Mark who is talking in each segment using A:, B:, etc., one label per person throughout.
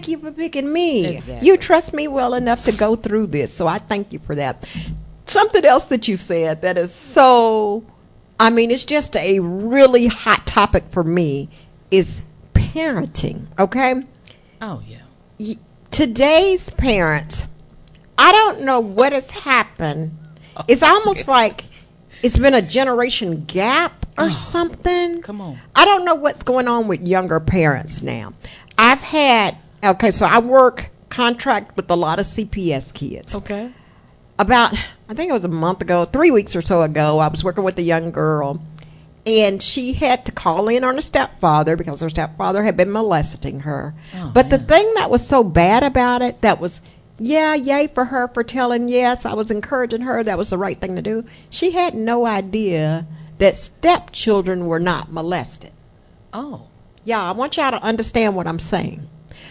A: taking me.
B: Exactly.
A: You trust me well enough to go through this. So I thank you for that. Something else that you said that is so, I mean, it's just a really hot topic for me is parenting. Okay.
B: Oh yeah.
A: Y- Today's parents, I don't know what has happened.
B: Oh,
A: It's almost like it's been a generation gap or something.
B: Oh, Come on.
A: I don't know what's going on with younger parents now. I've had, okay, so I work contract with a lot of CPS kids.
B: Okay.
A: About, I think it was a month ago, three weeks or so ago, I was working with a young girl, and she had to call in on her stepfather because her stepfather had been molesting her.
B: Oh,
A: but the
B: man.
A: thing that was so bad about it, that was, yeah, yay for her for telling yes, I was encouraging her, that was the right thing to do. She had no idea that stepchildren were not molested.
B: Oh.
A: Yeah, I want y'all to understand what I'm saying.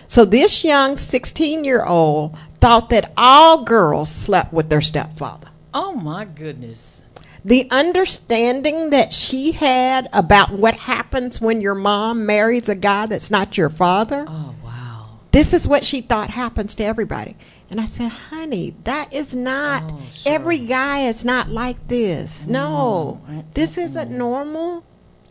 A: So this young 16 year old thought that all girls slept with their stepfather.
B: Oh my goodness.
A: The understanding that she had about what happens when your mom marries a guy that's not your father,
B: Oh wow.
A: this is what she thought happens to everybody. And I said, honey, that is not,
B: Oh, sure.
A: every guy is not like this. No,
B: Mm, I-
A: this isn't normal.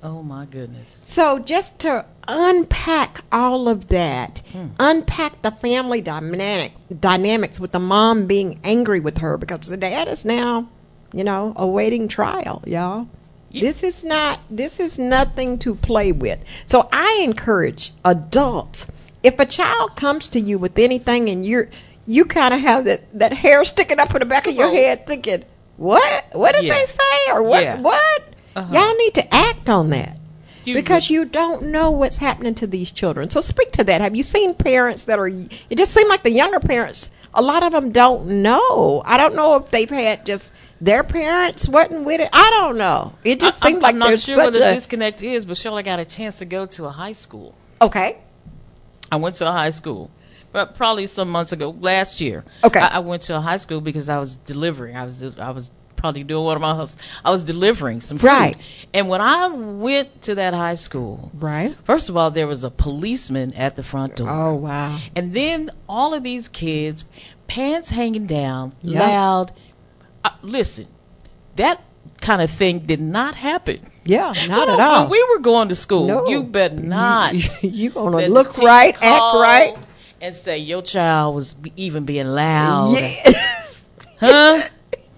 B: Oh my goodness.
A: So, just to unpack all of that,
B: Hmm.
A: unpack the family dynamic dynamics with the mom being angry with her because the dad is now, you know, awaiting trial, y'all.
B: Ye-
A: This is not this is nothing to play with. So I encourage adults if a child comes to you with anything and you're you kind of have that, that hair sticking up in the back of your
B: Come on.
A: head thinking, "What? What did
B: Yeah.
A: they say?" or "What?
B: Yeah.
A: What?"
B: Uh-huh.
A: Y'all need to act on that
B: Do you-
A: because you don't know what's happening to these children. So speak to that. Have you seen parents that are? It just seemed like the younger parents. A lot of them don't know. I don't know if they've had just their parents wasn't with it. I don't know. It just
B: I- I'm-
A: seemed like
B: I'm not
A: there's
B: sure what
A: such
B: the
A: a
B: disconnect is, but sure, I got a chance to go to a high school.
A: okay.
B: I went to a high school, but probably some months ago, last year.
A: Okay.
B: I, I went to a high school because I was delivering. I was I was probably doing one of my hus- I was delivering some food.
A: Right.
B: And when I went to that high school,
A: Right.
B: First of all, there was a policeman at the front door.
A: Oh wow.
B: And then all of these kids, pants hanging down,
A: Yeah.
B: loud. Uh, listen, that kind of thing did not happen.
A: Yeah. Not
B: When-
A: at all.
B: When we were going to school,
A: No.
B: you bet not.
A: You, you gonna
B: that the
A: look
B: teacher
A: right, act
B: called
A: right.
B: and say your child was be- even being loud.
A: Yes.
B: Huh?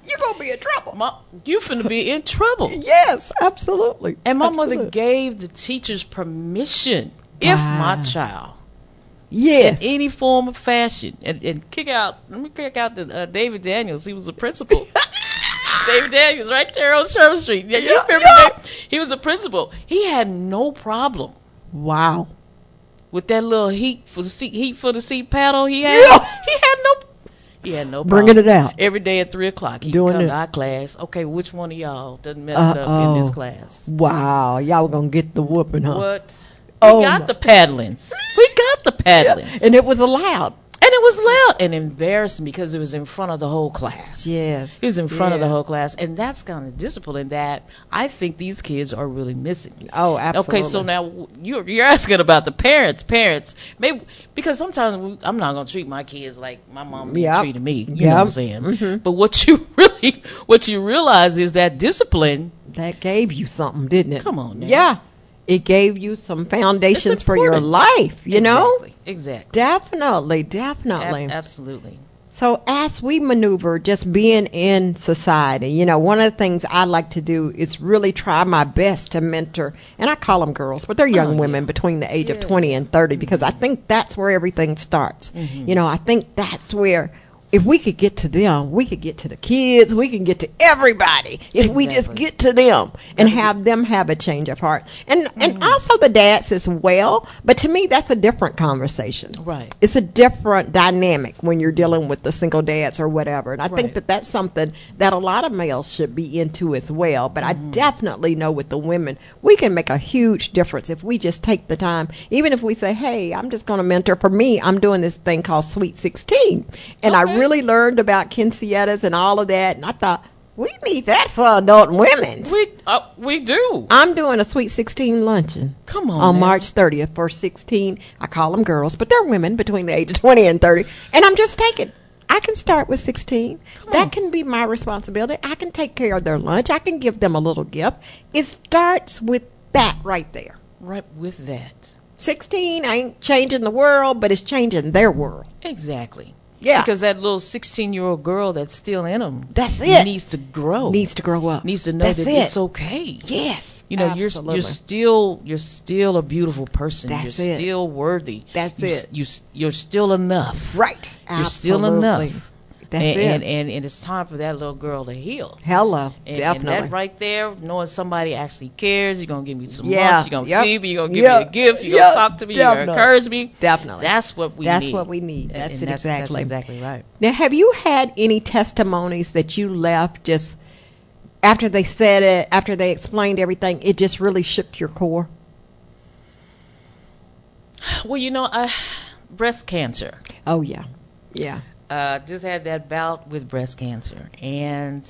A: You're gonna be in trouble.
B: Ma- you finna be in trouble.
A: Yes, absolutely.
B: And my mother
A: Absolute.
B: gave the teachers permission if my
A: Wow.
B: child
A: Yes.
B: any form of fashion and, and kick out let me kick out the uh, david daniels he was a principal david daniels right there on Sherman street yeah, you
A: Yeah,
B: remember
A: yeah.
B: that? he was a principal he had no problem
A: Wow.
B: with that little heat for the seat heat for the seat paddle he had
A: Yeah.
B: he had no he had no problem.
A: Bringing it out.
B: every day at three o'clock he
A: Doing
B: come
A: it.
B: to our class okay which one of y'all done messed up in
A: Uh-oh.
B: this class
A: Wow, y'all gonna get the whooping, huh?
B: what
A: Oh,
B: we
A: my-
B: got the paddlings we got the paddlings
A: And it was allowed.
B: And it was loud and embarrassing because it was in front of the whole class.
A: Yes.
B: It was in front of the
A: Yeah.
B: whole class. And that's kind of discipline that I think these kids are really missing.
A: Oh, absolutely.
B: Okay, so now w- you're, you're asking about the parents. Parents, maybe because sometimes we, I'm not going to treat my kids like my mom
A: Yep.
B: treated me. You know what I'm
A: Yep. Mm-hmm.
B: saying? But what you really, what you realize is that discipline
A: that gave you something, didn't it?
B: Come on now.
A: Yeah, it gave you some foundations
B: It's
A: for your
B: important.
A: life. You know,
B: Exactly. Exactly.
A: definitely,
B: Ab-
A: definitely.
B: absolutely.
A: So as we maneuver just being in society, you know, one of the things I like to do is really try my best to mentor, and I call them girls, but they're
B: Oh,
A: young women between the age of 20 and 30 because I think that's where everything starts.
B: Mm-hmm.
A: You know, I think that's where if we could get to them, we could get to the kids, we can get to everybody if we just
B: Exactly.
A: get to them and have them have a change of heart. And
B: Mm-hmm.
A: and also the dads as well, but to me that's a different conversation
B: Right.
A: it's a different dynamic when you're dealing with the single dads or whatever. And I think
B: Right.
A: that that's something that a lot of males should be into as well. But
B: Mm-hmm.
A: I definitely know with the women, we can make a huge difference if we just take the time, even if we say, hey, I'm just going to mentor. For me, I'm doing this thing called Sweet 16. And I
B: Okay.
A: really learned about Kinsetas and all of that. And I thought, We need that for adult women's.
B: We uh, we do.
A: I'm doing a Sweet 16 luncheon.
B: Come on
A: On
B: now.
A: March 30th for 16. I call them girls, but they're women between the age of 20 and 30. And I'm just taking. I can start with 16. that can be my responsibility. I can take care of their lunch. I can give them a little gift. It starts with that right there.
B: Right with that.
A: 16 ain't changing the world, but it's changing their world.
B: Exactly.
A: Yeah.
B: Because that little 16 year old girl that's still in them.
A: That's it.
B: Needs to grow.
A: Needs to grow up.
B: Needs to know
A: That's
B: that
A: it.
B: it's okay.
A: Yes.
B: You know,
A: Absolutely.
B: you're you're still you're still a beautiful person.
A: That's
B: you're
A: it.
B: still worthy.
A: That's
B: you,
A: it.
B: You s- you're still enough.
A: Right.
B: You're still
A: Absolutely.
B: enough.
A: That's
B: and,
A: it.
B: And, and and it's time for that little girl to heal.
A: Hello.
B: And,
A: definitely.
B: and that right there, knowing somebody actually cares, you're gonna give me some
A: Yeah.
B: lunch, you're gonna
A: Yep.
B: feed me, you're gonna give
A: Yeah.
B: me a gift, you're
A: Yeah.
B: gonna talk to me, you're
A: Definitely.
B: gonna encourage me.
A: Definitely.
B: That's what we
A: That's
B: need.
A: what we need.
B: And-
A: That's
B: and
A: it exactly.
B: That's exactly right.
A: Now, have you had any testimonies that you left just after they said it, after they explained everything, it just really shook your core?
B: Well, you know, I breast cancer.
A: Oh, yeah. Yeah.
B: Uh, just had that bout with breast cancer, and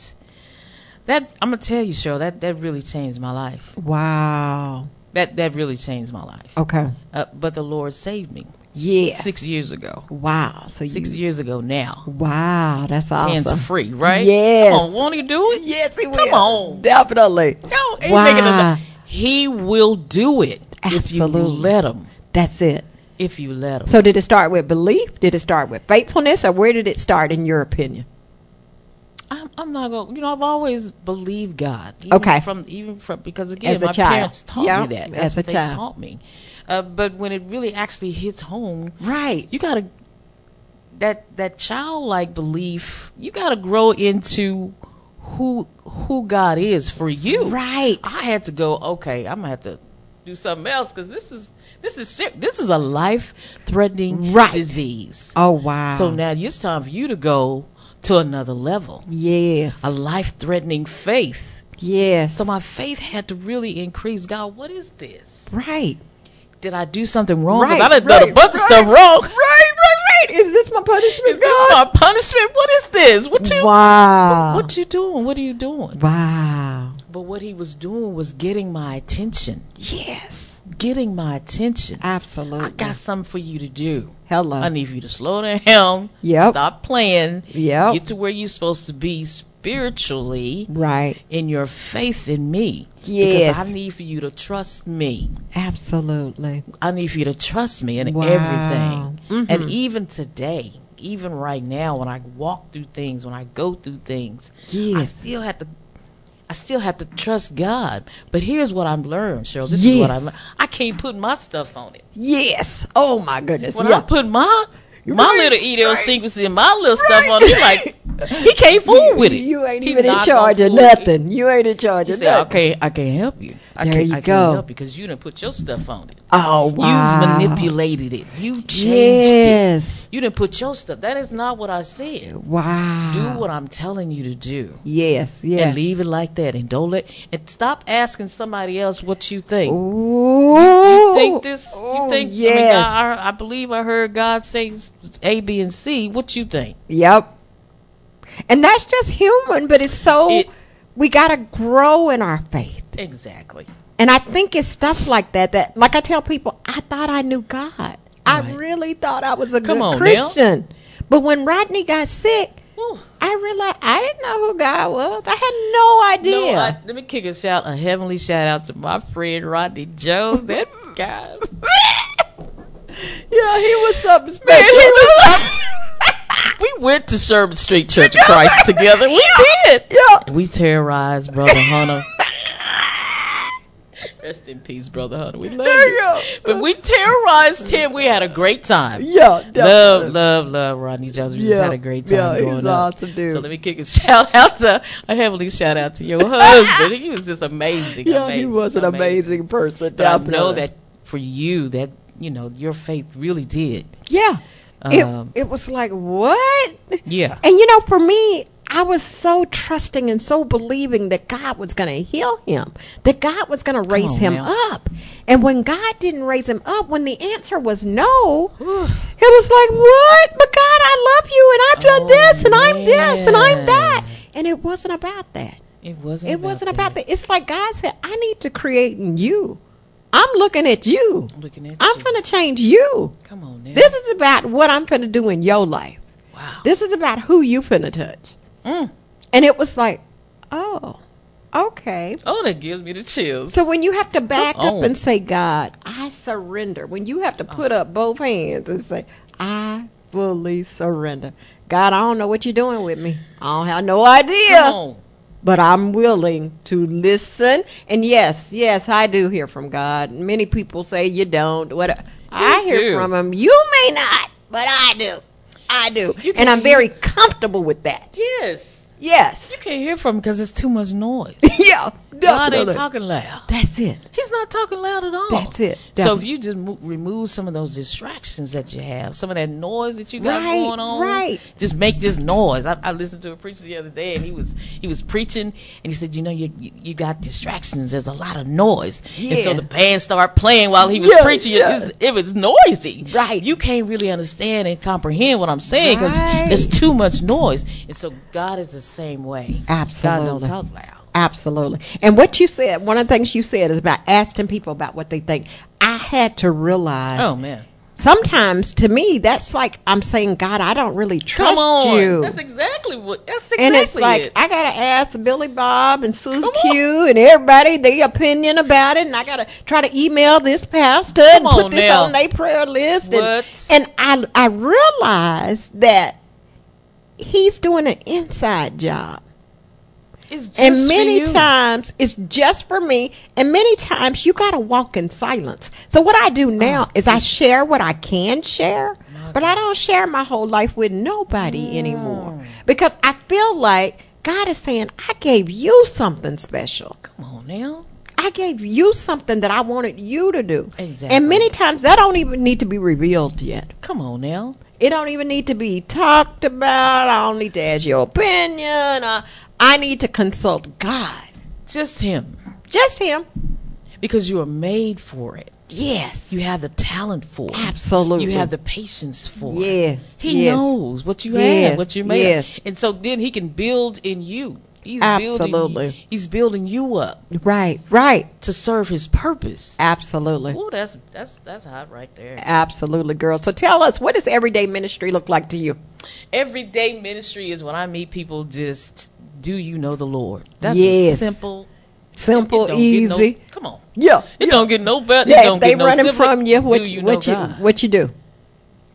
B: that I'm gonna tell you, Cheryl, that that really changed my life.
A: Wow.
B: That that really changed my life.
A: Okay.
B: Uh, but the Lord saved me
A: Yes.
B: six years ago.
A: Wow. So
B: Six
A: you,
B: years ago now,
A: Wow. That's awesome.
B: cancer free, right?
A: Yes.
B: Come on, won't He do it?
A: Yes, he will.
B: Come on.
A: Definitely.
B: No, he's
A: Wow.
B: making a, he will do it if
A: Absolutely.
B: you let him.
A: That's it.
B: If you let him.
A: So, did it start with belief? Did it start with faithfulness? Or where did it start, in your opinion?
B: I'm, I'm not going. You know, I've always believed God. even
A: Okay.
B: From even from because again,
A: As a
B: my
A: child.
B: parents taught
A: Yep,
B: me that.
A: as
B: That's
A: a
B: what they
A: child.
B: taught me. Uh, but when it really actually hits home,
A: Right.
B: you gotta that that childlike belief. You gotta grow into who who God is for you.
A: Right.
B: I had to go. Okay, I'm gonna have to do something else because this is this is ser- this is a life threatening
A: Right.
B: disease.
A: Oh, wow.
B: So now it's time for you to go to another level,
A: Yes.
B: a life threatening faith.
A: Yes.
B: So my faith had to really increase. God, what is this?
A: right.
B: Did I do something wrong? 'Cause
A: Right,
B: I done done a
A: right,
B: bunch of
A: right,
B: stuff wrong.
A: Right, right, right. Is this my punishment,
B: Is this my punishment? What is this? What you
A: wow.
B: what you doing? What are you doing?
A: wow.
B: But what he was doing was getting my attention.
A: Yes.
B: Getting my attention. Uh-uh.
A: Absolutely.
B: I got something for you to do.
A: Hello.
B: I need for you to slow down.
A: Yep.
B: Stop playing.
A: Yep.
B: Get to where you're supposed to be spiritually
A: right.
B: in your faith in me.
A: Yes.
B: Because I need for you to trust me.
A: Absolutely.
B: I need for you to trust me in
A: Wow. Mm-hmm.
B: everything. And even today, even right now, when I walk through things, when I go through things, I
A: Yes.
B: still have to. I still have to trust God, but here's what I've learned, Cheryl. This is what
A: Yes.
B: I'm. I can't put my stuff on it.
A: Yes. Oh my goodness.
B: When I
A: yeah.
B: put my my
A: Right,
B: little idiosyncrasy and my little stuff
A: right.
B: on, he like he can't fool with it.
A: You ain't
B: He's
A: even in
B: not gonna
A: charge of
B: fool with it.
A: nothing. You ain't in charge
B: He
A: of
B: said, "I
A: nothing.
B: can't, I can't help you. I
A: There
B: can't,
A: you
B: I
A: go.
B: can't help you because you didn't put your stuff on it.
A: Oh wow.
B: You've manipulated it. You changed
A: Yes.
B: it. You didn't put your stuff. That is not what I said.
A: Wow.
B: Do what I'm telling you to do."
A: Yes. Yeah.
B: And leave it like that, and don't let. And stop asking somebody else what you think.
A: Ooh.
B: You think this? you think? I, mean,
A: Yes.
B: God, I, I believe I heard God say s- A, B, and C. What you think?
A: Yep. And that's just human, but it's so
B: It-
A: we got to grow in our faith.
B: Exactly.
A: And I think it's stuff like that that like I tell people, I thought I knew God. I
B: Right.
A: really thought I was a
B: Come
A: good
B: on Hmm. now.
A: Christian. But when Rodney got sick,
B: Whew.
A: I realized I didn't know who God was. I had no idea.
B: No, I, let me kick a shout, a heavenly shout out to my friend Rodney Jones. That guy.
A: yeah, he was something
B: Man,
A: special.
B: he was up- we went to Sherman Street Church of Christ together. We did.
A: Yeah.
B: And we terrorized Brother Hunter. Rest in peace, Brother Hunter. We love
A: There
B: you.
A: you go.
B: But we terrorized him. We had a great time.
A: Yeah, definitely.
B: Love, love, love Rodney Jones. We
A: Yeah,
B: just had a great time
A: yeah, he
B: growing
A: was
B: up.
A: awesome dude.
B: So let me kick a shout out to a heavenly shout out to your husband. he was just amazing.
A: yeah,
B: amazing,
A: he was an amazing, person.
B: But I know
A: definitely.
B: that for you, that you know, your faith really did.
A: Yeah.
B: Um,
A: it, it was like, what?
B: Yeah.
A: And you know, for me, I was so trusting and so believing that God was going to heal him, that God was going to raise
B: on
A: him
B: now.
A: up. And when God didn't raise him up, when the answer was no, it was like, what? But God, I love you and I've done
B: Oh,
A: this and I'm this and I'm
B: man.
A: that. And it wasn't about that.
B: It wasn't.
A: It wasn't about that. It's like God said, I need to create in you. I'm looking at you.
B: I'm looking at
A: I'm
B: you.
A: going to change you.
B: Come on now.
A: This is about what I'm going to do in your life.
B: wow.
A: This is about who you finna touch.
B: Mm.
A: And it was like, oh, okay.
B: Oh, that gives me the chills.
A: So when you have to back
B: Come
A: up
B: on.
A: and say, God, I surrender, when you have to put up both hands and say, I fully surrender. God, I don't know what you're doing with me. I don't have no idea
B: Come on.
A: but I'm willing to listen. And yes, yes, I do hear from God. Many people say you don't. What I
B: You
A: hear
B: do.
A: from Him, you may not, but I do. I do,
B: can-
A: and I'm very comfortable with that.
B: Yes.
A: Yes,
B: You can't hear from him because it's too much noise.
A: yeah,
B: God ain't
A: definitely.
B: talking loud.
A: That's it.
B: He's not talking loud at all.
A: That's it.
B: So if
A: Definitely.
B: you just mo- remove some of those distractions that you have, some of that noise that you got
A: Right,
B: going on,
A: right.
B: Just make this noise. I, I listened to a preacher the other day, and he was he was preaching, and he said, "You know, you you, you got distractions. There's a lot of noise, and so
A: Yeah.
B: the band started playing while he was
A: Yeah,
B: preaching. It-
A: yeah.
B: it's- It, was noisy,
A: Right.
B: You can't really understand and comprehend what I'm saying because
A: Right.
B: there's too much noise. And so God is the same way. God
A: Absolutely.
B: don't talk loud.
A: Absolutely. And what you said, one of the things you said is about asking people about what they think. I had to realize
B: Oh man.
A: sometimes to me that's like I'm saying, God, I don't really trust
B: Come on.
A: you.
B: That's exactly what. That's exactly
A: And it's like
B: it.
A: I gotta ask Billy Bob and Susie
B: Come on.
A: Q and everybody their opinion about it, and I gotta try to email this pastor and
B: Come on
A: put this
B: now.
A: on their prayer list.
B: What?
A: And, and I I realized that he's doing an inside job,
B: it's just
A: and
B: for
A: many
B: you.
A: times it's just for me, and many times you gotta walk in silence. So what I
B: Oh,
A: do now is I share what I can share, but I don't share my whole life with nobody anymore because I feel like. God is saying, I gave you something special.
B: Come on now.
A: I gave you something that I wanted you to do.
B: Exactly.
A: And many times that don't even need to be revealed yet.
B: Come on now.
A: It don't even need to be talked about. I don't need to ask your opinion. Uh, I need to consult God.
B: Just him.
A: Just him.
B: Because you are made for it.
A: Yes.
B: You have the talent for it.
A: Absolutely.
B: You have the patience for it.
A: Yes,
B: He
A: yes.
B: knows what you have,
A: Yes,
B: what you made.
A: yes.
B: And so then he can build in you. He's Building,
A: Absolutely.
B: he's building you up
A: Right, right.
B: to serve his purpose.
A: Absolutely.
B: Oh, that's that's that's hot right there.
A: Absolutely, girl. So tell us, what does everyday ministry look like to you?
B: everyday ministry is when I meet people just do you know the Lord? That's a
A: Yes.
B: simple it
A: Simple,
B: don't get no-
A: easy.
B: come on.
A: yeah.
B: It don't get no better. it
A: Yeah,
B: don't
A: if they
B: get no
A: running
B: simpler.
A: from you, what
B: do
A: you,
B: you
A: what
B: know
A: you
B: God?
A: what you do?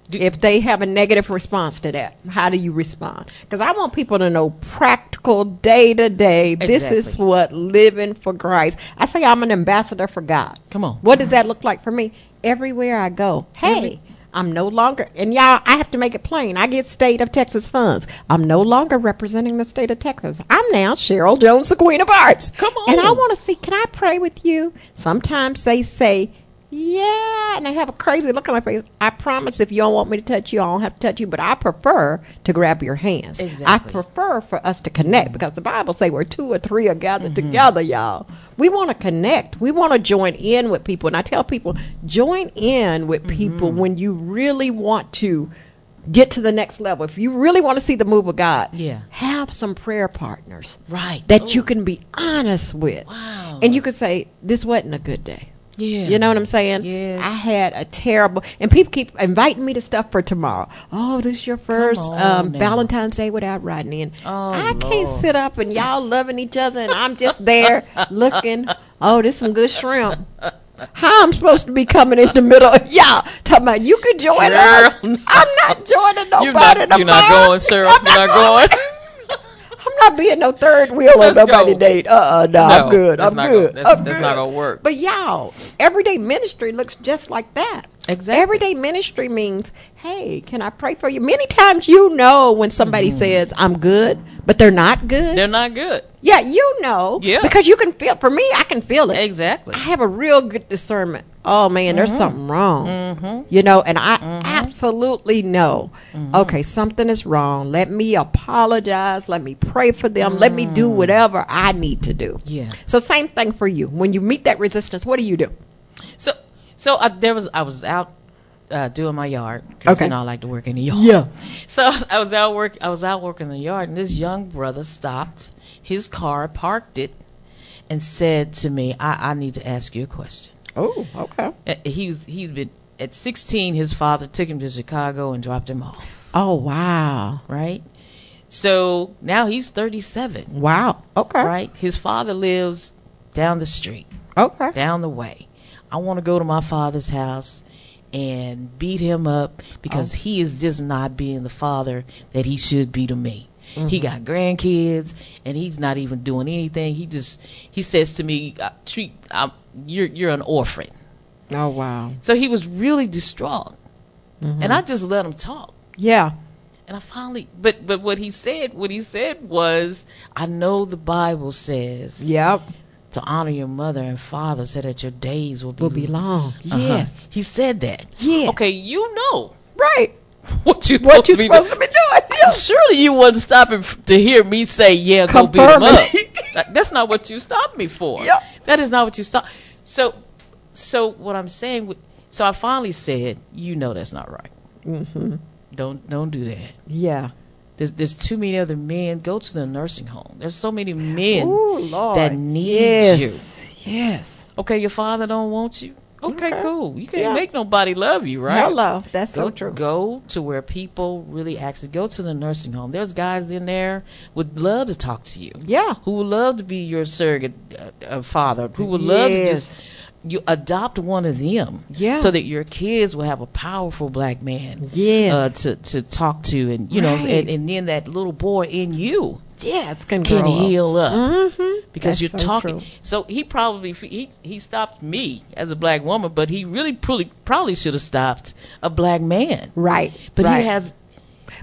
B: Do-
A: if they have a negative response to that, how do you respond? Because I want people to know practical day to day. This is
B: Exactly.
A: what living for Christ. I say I'm an ambassador for God.
B: Come on.
A: What does that look like for me? Everywhere I go, hey, I'm no longer, and y'all, I have to make it plain. I get state of Texas funds. I'm no longer representing the state of Texas. I'm now Cheryl Jones, the Queen of Arts.
B: Come on.
A: And I want to see, can I pray with you? Sometimes they say, yeah, and they have a crazy look on their face. I promise if you don't want me to touch you, I don't have to touch you, but I prefer to grab your hands. I
B: Exactly. Mm-hmm.
A: prefer for us to connect because the Bible say where two or three are gathered together, y'all. We want to connect. We want to join in with people. And I tell people, join in with
B: Mm-hmm.
A: people when you really want to get to the next level. If you really want to see the move of God,
B: Yeah.
A: have some prayer partners
B: Right. Oh,
A: that you can be honest with.
B: Wow.
A: And you could say, this wasn't a good day.
B: Yeah.
A: You know what I'm saying?
B: Yes.
A: I had a terrible, and people keep inviting me to stuff for tomorrow. Oh, this is your first
B: on
A: um,
B: now.
A: Valentine's Day without Rodney. And
B: Oh,
A: I can't
B: Lord.
A: sit up and y'all loving each other, and I'm just there looking. Oh, this some good shrimp. How I'm supposed to be coming in the middle of y'all talking about you could join
B: Girl,
A: us.
B: no.
A: I'm not joining nobody
B: You're not,
A: tomorrow.
B: you're not going, Cheryl.
A: I'm
B: You're
A: not
B: not going.
A: I'm not being no third wheel on
B: Let's
A: nobody
B: go.
A: date. Uh uh no,
B: No,
A: I'm good.
B: that's
A: I'm
B: not
A: good.
B: gonna- that's-
A: I'm
B: that's
A: good.
B: not gonna work.
A: But y'all, everyday ministry looks just like that.
B: Exactly.
A: Everyday ministry means, hey, can I pray for you? Many times you know when somebody says, I'm good, but they're not good.
B: They're not good.
A: yeah, you know.
B: Yeah.
A: Because you can feel, for me, I can feel it.
B: Exactly.
A: I have a real good discernment. Oh man, there's something wrong. You know, and I absolutely know. Okay, something is wrong. Let me apologize. Let me pray for them. Let me do whatever I need to do.
B: Yeah.
A: So same thing for you. When you meet that resistance, what do you do?
B: uh, So, so I, there was I was out uh, doing my yard. 'cause,
A: Okay.
B: You know, I like to work in the yard.
A: Yeah.
B: So I was- I was out work. I was out working in the yard, and this young brother stopped his car, parked it, and said to me, "I, I need to ask you a question."
A: Oh, okay.
B: Uh, He was he'd been at 16. His father took him to Chicago and dropped him off.
A: Oh, wow.
B: Right. So now he's 37.
A: Wow. Okay.
B: Right. His father lives down the street,
A: Okay.
B: down the way. I want to go to my father's house and beat him up
A: Oh.
B: because he is just not being the father that he should be to me. He
A: Mm-hmm.
B: got grandkids and he's not even doing anything. He just he says to me, uh, "Treat I'm, you're you're an orphan."
A: Oh, wow.
B: So he was really distraught.
A: Mm-hmm.
B: And I just let him talk.
A: Yeah.
B: And I finally but but what he said what he said was, I know the Bible says
A: Yep.
B: to honor your mother and father so that your days will be,
A: Will be long.
B: Uh-huh.
A: Yes.
B: He said that.
A: Yeah.
B: Okay, you know
A: Right.
B: what you
A: What you supposed
B: supposed
A: to be doing?
B: to be. Surely you wasn't stopping f- to hear me say, "Yeah, go beat him
A: Confirming.
B: up." That- That's not what you stopped me for.
A: Yep.
B: That is not what you stopped. So, so what I'm saying, wi- so I finally said, "You know that's not right. Mm-hmm. Don't don't do that."
A: Yeah.
B: There's, there's too many other men. Go to the nursing home. There's so many men
A: Ooh, Lord.
B: that need
A: yes.
B: you.
A: Yes.
B: Okay, your father don't want you. Okay,
A: Okay.
B: cool. You can't
A: Yeah.
B: make nobody love you, right?
A: Hello. That's
B: Go,
A: so true.
B: go to where people really actually go to the nursing home. There's guys in there would love to talk to you.
A: Yeah.
B: Who would love to be your surrogate uh, uh, father? Who would love to
A: Yes.
B: just you adopt one of them?
A: Yeah.
B: So that your kids will have a powerful black man.
A: Yes.
B: Uh, to to talk to and you know
A: Right.
B: and, and then that little boy in you
A: Yes. Can,
B: can
A: grow up.
B: heal up
A: Mm-hmm.
B: because
A: That's
B: you're
A: so
B: talking.
A: true.
B: So he probably he he stopped me as a black woman, but he really probably probably should have stopped a black man.
A: Right.
B: But
A: right.
B: he has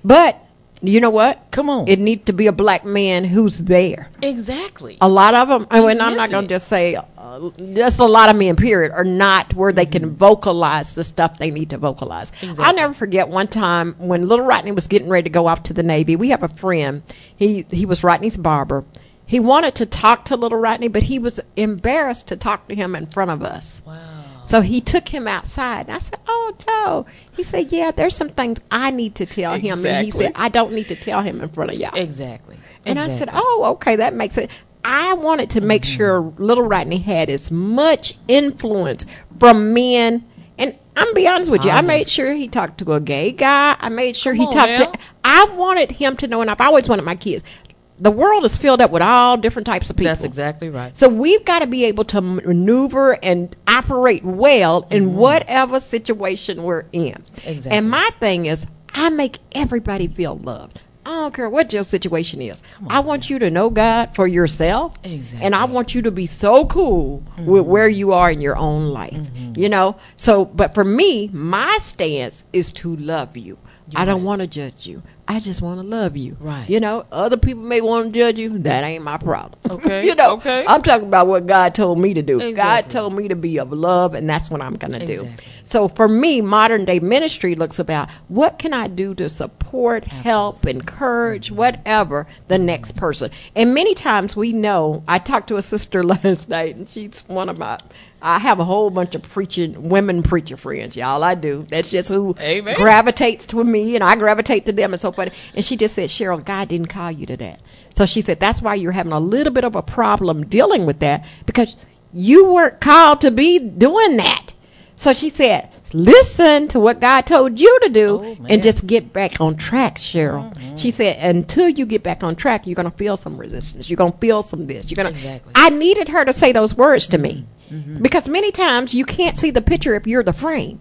A: But you know what?
B: Come on.
A: It need to be a black man who's there.
B: exactly.
A: A lot of them,
B: He's
A: and I'm not
B: missing
A: going
B: it.
A: to just say, uh, just a lot of men, period, are not where they
B: Mm-hmm.
A: can vocalize the stuff they need to vocalize. I'll never forget one time when little Rodney was getting ready to go off to the Navy. We have a friend. He, he was Rodney's barber. He wanted to talk to little Rodney, but he was embarrassed to talk to him in front of us.
B: Wow.
A: So he took him outside. And I said, Oh, Joe. He said, Yeah, there's some things I need to tell him. And he
B: Exactly.
A: said, I don't need to tell him in front of y'all.
B: Exactly.
A: And I said,
B: Exactly. Mm-hmm.
A: "Oh, okay, that makes it." I wanted to make sure Little Rodney had as much influence from men. And I'm be honest with you, I
B: Awesome.
A: made sure he talked to a gay guy. I made sure he
B: on
A: talked
B: now.
A: to. I wanted him to know, and I've always wanted my kids. The world is filled up with all different types of people.
B: that's exactly right.
A: So we've got to be able to maneuver and operate well in whatever situation we're in.
B: Mm-hmm. Exactly.
A: And my thing is, I make everybody feel loved. I don't care what your situation is. I want you to know God for yourself. And I
B: Exactly. Mm-hmm.
A: want you to be so cool with where you are in your own life. You know? So, but for me, my stance is to love you. I don't want to judge you. I just want to love you.
B: Right.
A: You know, other people may want to judge you. That ain't my problem.
B: Okay,
A: you know,
B: okay.
A: I'm talking about what God told me to do. God
B: Exactly.
A: told me to be of love, and that's what I'm going to do.
B: Exactly.
A: So for me, modern day ministry looks about what can I do to support, help, encourage, whatever the next person. And many times we know. I talked to a sister last night, and she's one of my. I have a whole bunch of preaching women preacher friends, y'all. I do. That's just who
B: Amen.
A: gravitates to me and I gravitate to them and so forth. And she just said, Cheryl, God didn't call you to that. So she said, that's why you're having a little bit of a problem dealing with that because you weren't called to be doing that. So she said, listen to what God told you to do
B: Oh, man. Mm-hmm.
A: and just get back on track, Cheryl. She said, until you get back on track, you're going to feel some resistance. You're going to feel some this. You're going to.
B: Exactly. Mm-hmm.
A: I needed her to say those words to me because many times you can't see the picture if you're the frame.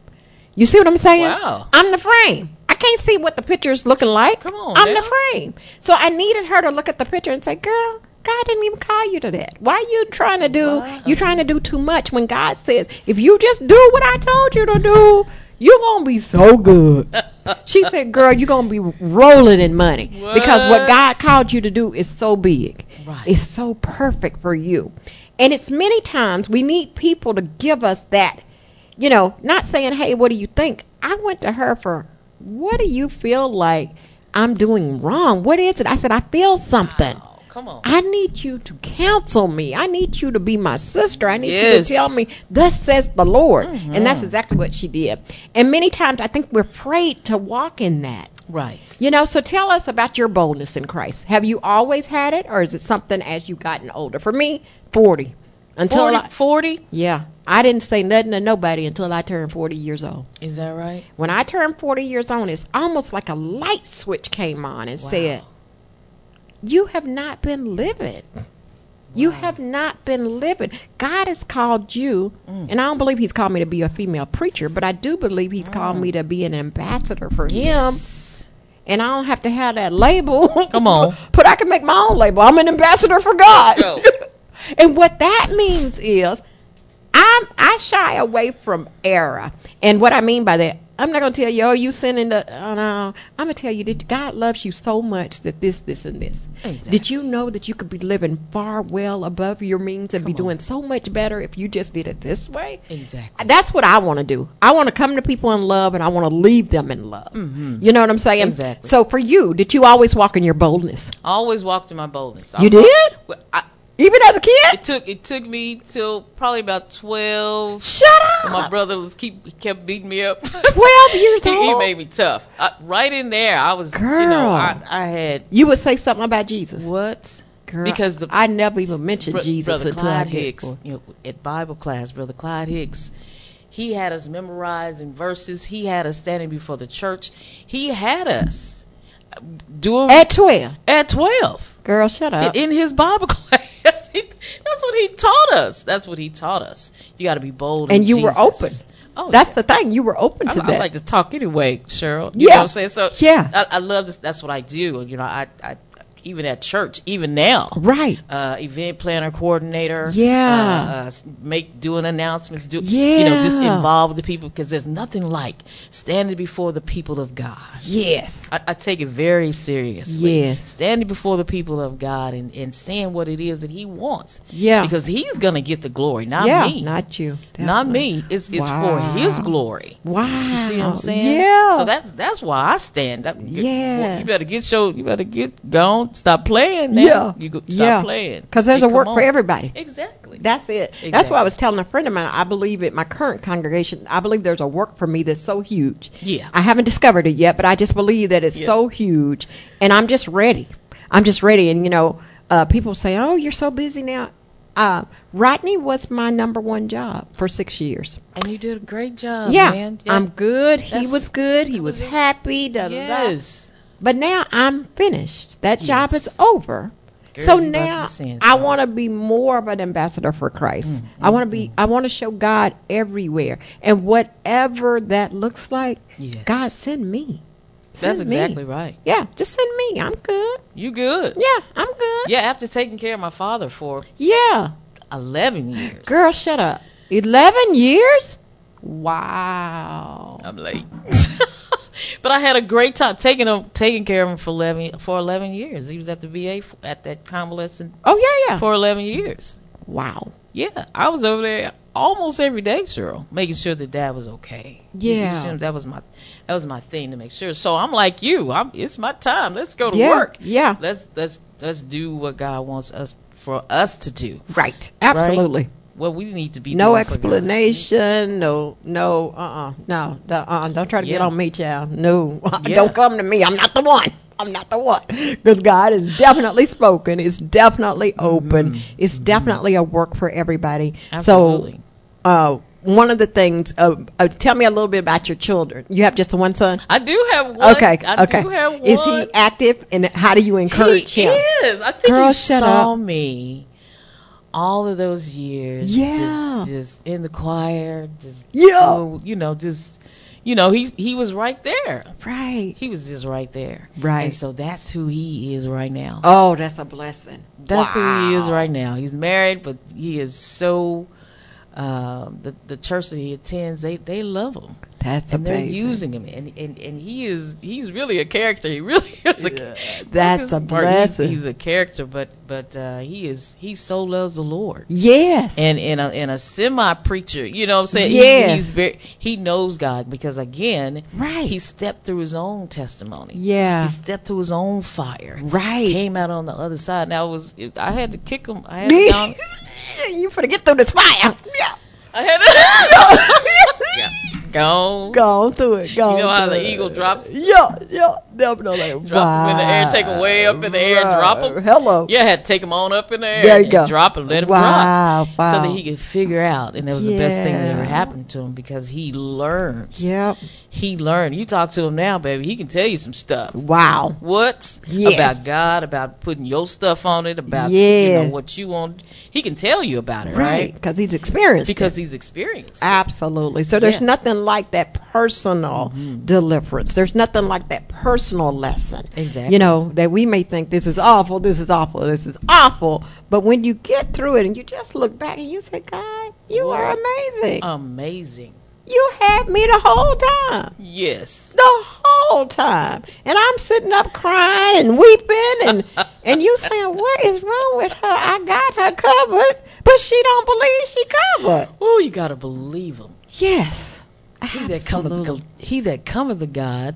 A: You see what I'm saying?
B: Wow.
A: I'm the frame. I can't see what the picture's looking like.
B: Come on
A: I'm
B: now.
A: the frame. So I needed her to look at the picture and say, "Girl, God didn't even call you to that. Why you trying to do? You trying to do too much when God says, if you just do what I told you to do, you're gonna be so good." she said, "Girl, you're gonna be rolling in money because what
B: What?
A: God called you to do is so big.
B: Right.
A: It's so perfect for you. And it's many times we need people to give us that, you know, not saying, hey, what do you think? I went to her for, what do you feel like I'm doing wrong? What is it? I said, I feel something.
B: Wow, Come on.
A: I need you to counsel me. I need you to be my sister. I need you
B: Yes. Mm-hmm.
A: to tell me, thus says the Lord. And that's exactly what she did. And many times I think we're afraid to walk in that.
B: Right.
A: You know, so tell us about your boldness in Christ. Have you always had it, or is it something as you've gotten older? For me, 40. Until I,
B: 40, 40?
A: yeah, I didn't say nothing to nobody until I turned 40 years old.
B: Is that right?
A: When I turned 40 years old, it's almost like a light switch came on and said, You have not been living. You have not been living. God has called you,
B: Mm.
A: and I don't believe He's called me to be a female preacher, but I do believe He's called me to be an ambassador for Him
B: Mm. Yes.
A: and I don't have to have that label.
B: Come on.
A: but I can make my own label. I'm an ambassador for God.
B: Go.
A: and what that means is I'm I shy away from error. And what I mean by that, I'm not gonna tell you, oh, you sinning the oh, no. I'm gonna tell you that God loves you so much that this, this, and this.
B: Exactly.
A: Did you know that you could be living far well above your means and be doing so much better if you just did it this way?
B: Exactly.
A: That's what I want to do. I want to come to people in love and I want to leave them in love. You know what I'm saying?
B: Mm-hmm. Exactly.
A: So for you, did you always walk in your boldness?
B: I always walked in my boldness. I
A: You
B: was-
A: did?
B: Well, I,
A: Even as a kid?
B: it took it took me till probably about twelve.
A: Shut up.
B: My brother was keep kept beating me up.
A: 12 years
B: he, he
A: old?
B: made me tough. I, right in there, I was. You know, I,
A: Girl.
B: I had
A: you would say something about Jesus.
B: what?
A: Girl,
B: because the
A: I never even mentioned
B: Bro-
A: Jesus
B: Brother
A: until I
B: Clyde
A: did.
B: Hicks, you know, at Bible class, Brother Clyde Hicks, he had us memorizing verses. He had us standing before the church. He had us uh, doing at,
A: At 12.
B: twelve
A: Girl, shut up.
B: in his Bible class. He- that's what he taught us. That's what he taught us. You got to be bold,
A: and
B: in
A: you were open.
B: Jesus. Oh,
A: That's
B: yeah.
A: the thing. You were open to
B: I,
A: that.
B: I like to talk anyway, Cheryl. You
A: Yeah.
B: know what I'm saying? So
A: Yeah.
B: I, I love this. That's what I do. You know, I, I even at church, even now,
A: Right.
B: Uh, event planner coordinator.
A: Yeah.
B: Uh, uh, s- make doing announcements. Do you know? Just
A: Yeah.
B: involve the people because there's nothing like standing before the people of God.
A: yes.
B: I, I take it very seriously.
A: Yes.
B: Standing before the people of God and, and saying what it is that He wants.
A: Yeah.
B: Because He's going to get the glory, not
A: yeah.
B: me.
A: Not you.
B: Not me. It's, it's
A: Wow.
B: for His glory.
A: Wow.
B: You see what I'm saying?
A: Yeah.
B: So that's that's why I stand. That- get-
A: Yeah.
B: well, You better get your. You better get gone. Stop playing. Now.
A: Yeah.
B: You go, stop
A: Yeah.
B: playing.
A: 'Cause there's
B: Hey,
A: a work
B: come
A: for
B: on.
A: everybody.
B: Exactly.
A: That's it. That's why
B: Exactly.
A: I was telling a friend of mine. I believe at my current congregation, I believe there's a work for me that's so huge.
B: Yeah.
A: I haven't discovered it yet, but I just believe that it's
B: Yeah.
A: so huge, and I'm just ready. I'm just ready, and you know, uh, people say, "Oh, you're so busy now." Uh, Rodney was my number one job for six years.
B: and you did a great job.
A: yeah,
B: Oh, Man.
A: I'm good. He
B: That's-
A: was good. He
B: that
A: was
B: was it.
A: happy. Da, da, da.
B: Yes.
A: But now I'm finished. That job
B: Yes.
A: is over.
B: Girl,
A: so
B: you about to
A: now
B: be saying
A: I
B: something.
A: want to be more of an ambassador for Christ.
B: Mm,
A: I want to be. I want to show God everywhere, and whatever that looks like,
B: Yes.
A: God send me.
B: That's
A: Send me.
B: exactly right.
A: Yeah, just send me. I'm good.
B: You good?
A: Yeah, I'm good.
B: Yeah. After taking care of my father for
A: yeah.
B: 11 years.
A: Girl, shut up. Eleven years. Wow.
B: I'm late. but I had a great time taking him, taking care of him for 11 for 11 years. He was at the VA f at that convalescent
A: Oh yeah, yeah.
B: for 11 years.
A: wow.
B: Yeah, I was over there almost every day, Cheryl, making sure that dad was okay. You- you
A: Yeah.
B: see, that was my that was my thing to make sure. So I'm like you. I'm it's my time. Let's go to
A: Yeah,
B: work.
A: yeah.
B: Let's let's let's do what God wants us for us to do.
A: Right.
B: right?
A: Absolutely.
B: What we need to be
A: No
B: doing for God.
A: explanation. No, no, uh, uh no, uh, uh don't try to get
B: Yeah.
A: on me, child. No,
B: Yeah.
A: don't come to me. I'm not the one. I'm not the one. Because God is definitely spoken. It's definitely
B: Mm-hmm.
A: open. It's definitely a work for everybody.
B: Absolutely.
A: So, uh, one of the things. Uh, uh, tell me a little bit about your children. You have just one son.
B: I do have one.
A: okay.
B: I
A: okay.
B: do have one.
A: Is he active? And how do you encourage
B: he
A: him?
B: is. I think
A: Girl,
B: he
A: shut
B: saw me all of those years.
A: Yeah.
B: Just, just in the choir. Just
A: Yeah.
B: doing- you know, just you know, he he was right there.
A: Right.
B: He was just right there.
A: Right.
B: And so that's who he is right now.
A: Oh, that's a blessing.
B: that's who he is
A: Wow.
B: right now. He's married, but he is so um, the the church that he attends, they they love him.
A: That's
B: and
A: amazing.
B: they're using him, and, and and he is he's really a character. He really is a.
A: Yeah.
B: Yeah,
A: That's a blessing.
B: He's, a character, but but uh, he is he so loves the Lord,
A: yes.
B: and in a in a semi preacher, you know what I'm saying? He-
A: Yes.
B: he's very, he knows God because again,
A: Right.
B: He stepped through his own testimony.
A: Yeah.
B: he stepped through his own fire.
A: Right.
B: came out on the other side. Now I was I had to kick him. I had to. down-
A: you finna get through this fire. Yeah.
B: I had to. Gone.
A: Go on through it. Go
B: You know
A: on
B: how
A: through
B: the
A: it.
B: eagle drops
A: Yeah, yeah. Definitely. Drop
B: Drop 'em in the air, take 'em way up in the air, drop 'em.
A: Hello.
B: Yeah, I had to take him on up in the air.
A: There you
B: and
A: go.
B: Drop him, let him
A: Wow,
B: rock.
A: wow.
B: So that he could figure out. And that was the best thing that ever
A: Yeah.
B: happened to him because he learns.
A: Yep.
B: He learned. You talk to him now, baby, he can tell you some stuff.
A: Wow.
B: What?
A: Yes.
B: About God, about putting your stuff on it, about
A: Yeah.
B: you know what you want. He can tell you about it,
A: Right.
B: right?
A: Because he's experienced.
B: Because he's experienced.
A: Absolutely. So there's
B: Yeah.
A: nothing like that personal deliverance. There's nothing like that personal lesson.
B: Exactly.
A: You know, that we may think this is awful, this is awful, this is awful. But when you get through it and you just look back and you say, God, you are amazing.
B: Uh-huh. Amazing.
A: you had me the whole time.
B: Yes.
A: The whole time. And I'm sitting up crying and weeping and and you saying, What is wrong with her? I got her covered, but she don't believe she covered.
B: Oh, you got to believe him.
A: Yes.
B: He that, cometh,
A: Absolutely.
B: to- he that cometh to God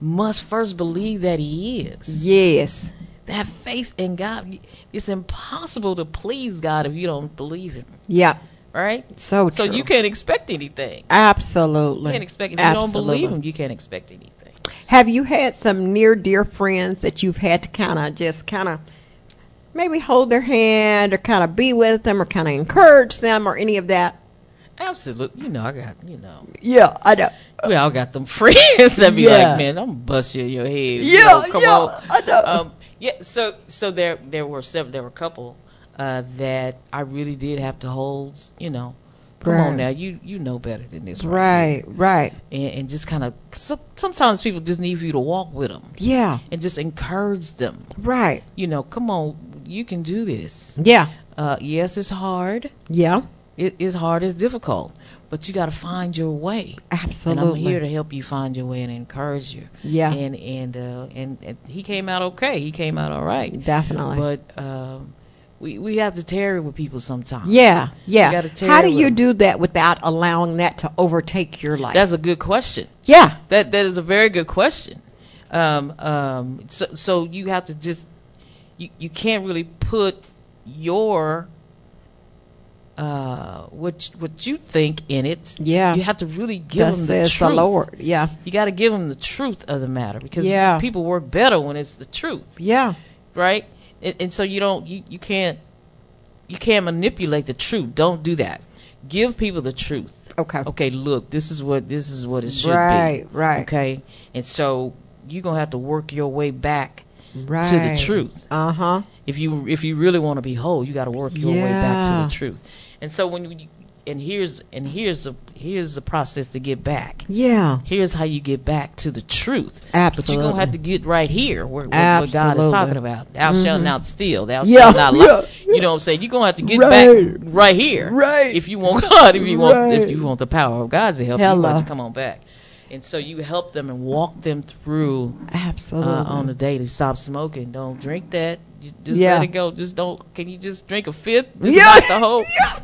B: must first believe that he is.
A: Yes.
B: That faith in God, it's impossible to please God if you don't believe him,
A: Yeah.
B: right?
A: So
B: So
A: true.
B: you can't expect anything.
A: Absolutely.
B: You can't expect if you
A: Absolutely.
B: don't believe him, you can't expect anything.
A: Have you had some near dear friends that you've had to kind of just kind of maybe hold their hand or kind of be with them or kind of encourage them or any of that?
B: Absolutely. You know, I got, you know,
A: Yeah, I know.
B: we all got them friends that be
A: Yeah.
B: like, man, I'm gonna bust you in your head. You
A: Yeah,
B: know, come
A: yeah,
B: on.
A: I know.
B: Um, yeah, so so there there were several there were a couple uh, that I really did have to hold. You know, come
A: Right.
B: on now, you you know better than this,
A: Right, right.
B: And, and just kind of so, sometimes people just need for you to walk with them
A: Yeah,
B: and just encourage them.
A: right.
B: You know, come on, you can do this.
A: Yeah,
B: Uh, yes, it's hard.
A: yeah,
B: It is hard. It's difficult, but you got to find your way. And
A: absolutely.
B: I'm here to help you find your way and encourage you.
A: Yeah.
B: And and uh, and, and he came out okay. He came out all right.
A: Definitely.
B: But um, we we have to tarry with people sometimes.
A: yeah, yeah.
B: You gotta tear
A: How do
B: it
A: you
B: with
A: do that without allowing that to overtake your life?
B: That's a good question.
A: yeah,
B: That that is a very good question. Um, um, so so you have to just you you can't really put your uh what you- what you think in it.
A: Yeah.
B: You have to really give
A: Thus
B: them the
A: says
B: truth.
A: the Lord. Yeah,
B: You got to give them the truth of the matter because
A: Yeah.
B: people work better when it's the truth,
A: yeah.
B: right? And, and so you don't you, you can't you can't manipulate the truth. Don't do that. Give people the truth.
A: Okay.
B: Okay, look, this is what this is what it should
A: Right,
B: be.
A: right.
B: Okay. And so you're going to have to work your way back
A: Right.
B: to the truth.
A: Uh huh.
B: If you if you really want to be whole, you got to work your way back to
A: Yeah.
B: the truth. And so when you and here's and here's the here's the process to get back
A: Yeah.
B: here's how you get back to the truth. But you're
A: Absolutely.
B: gonna have to get right here where, where, what God is
A: Absolutely. Mm-hmm.
B: talking about. Thou shalt not steal. Thou
A: Yeah,
B: shalt not lie.
A: yeah.
B: You know what I'm saying? You're gonna have to get
A: Right.
B: back right here.
A: Right.
B: If you want God, if you want
A: Right.
B: if you want the power of God to help you, you
A: Hello.
B: have to come on back. And so you help them and walk them through
A: Absolutely.
B: uh, on the daily. Stop smoking. Don't drink that. You just
A: Yeah.
B: let it go. Just don't. Can you just drink a fifth? This
A: Yeah.
B: is not the whole.
A: Yeah.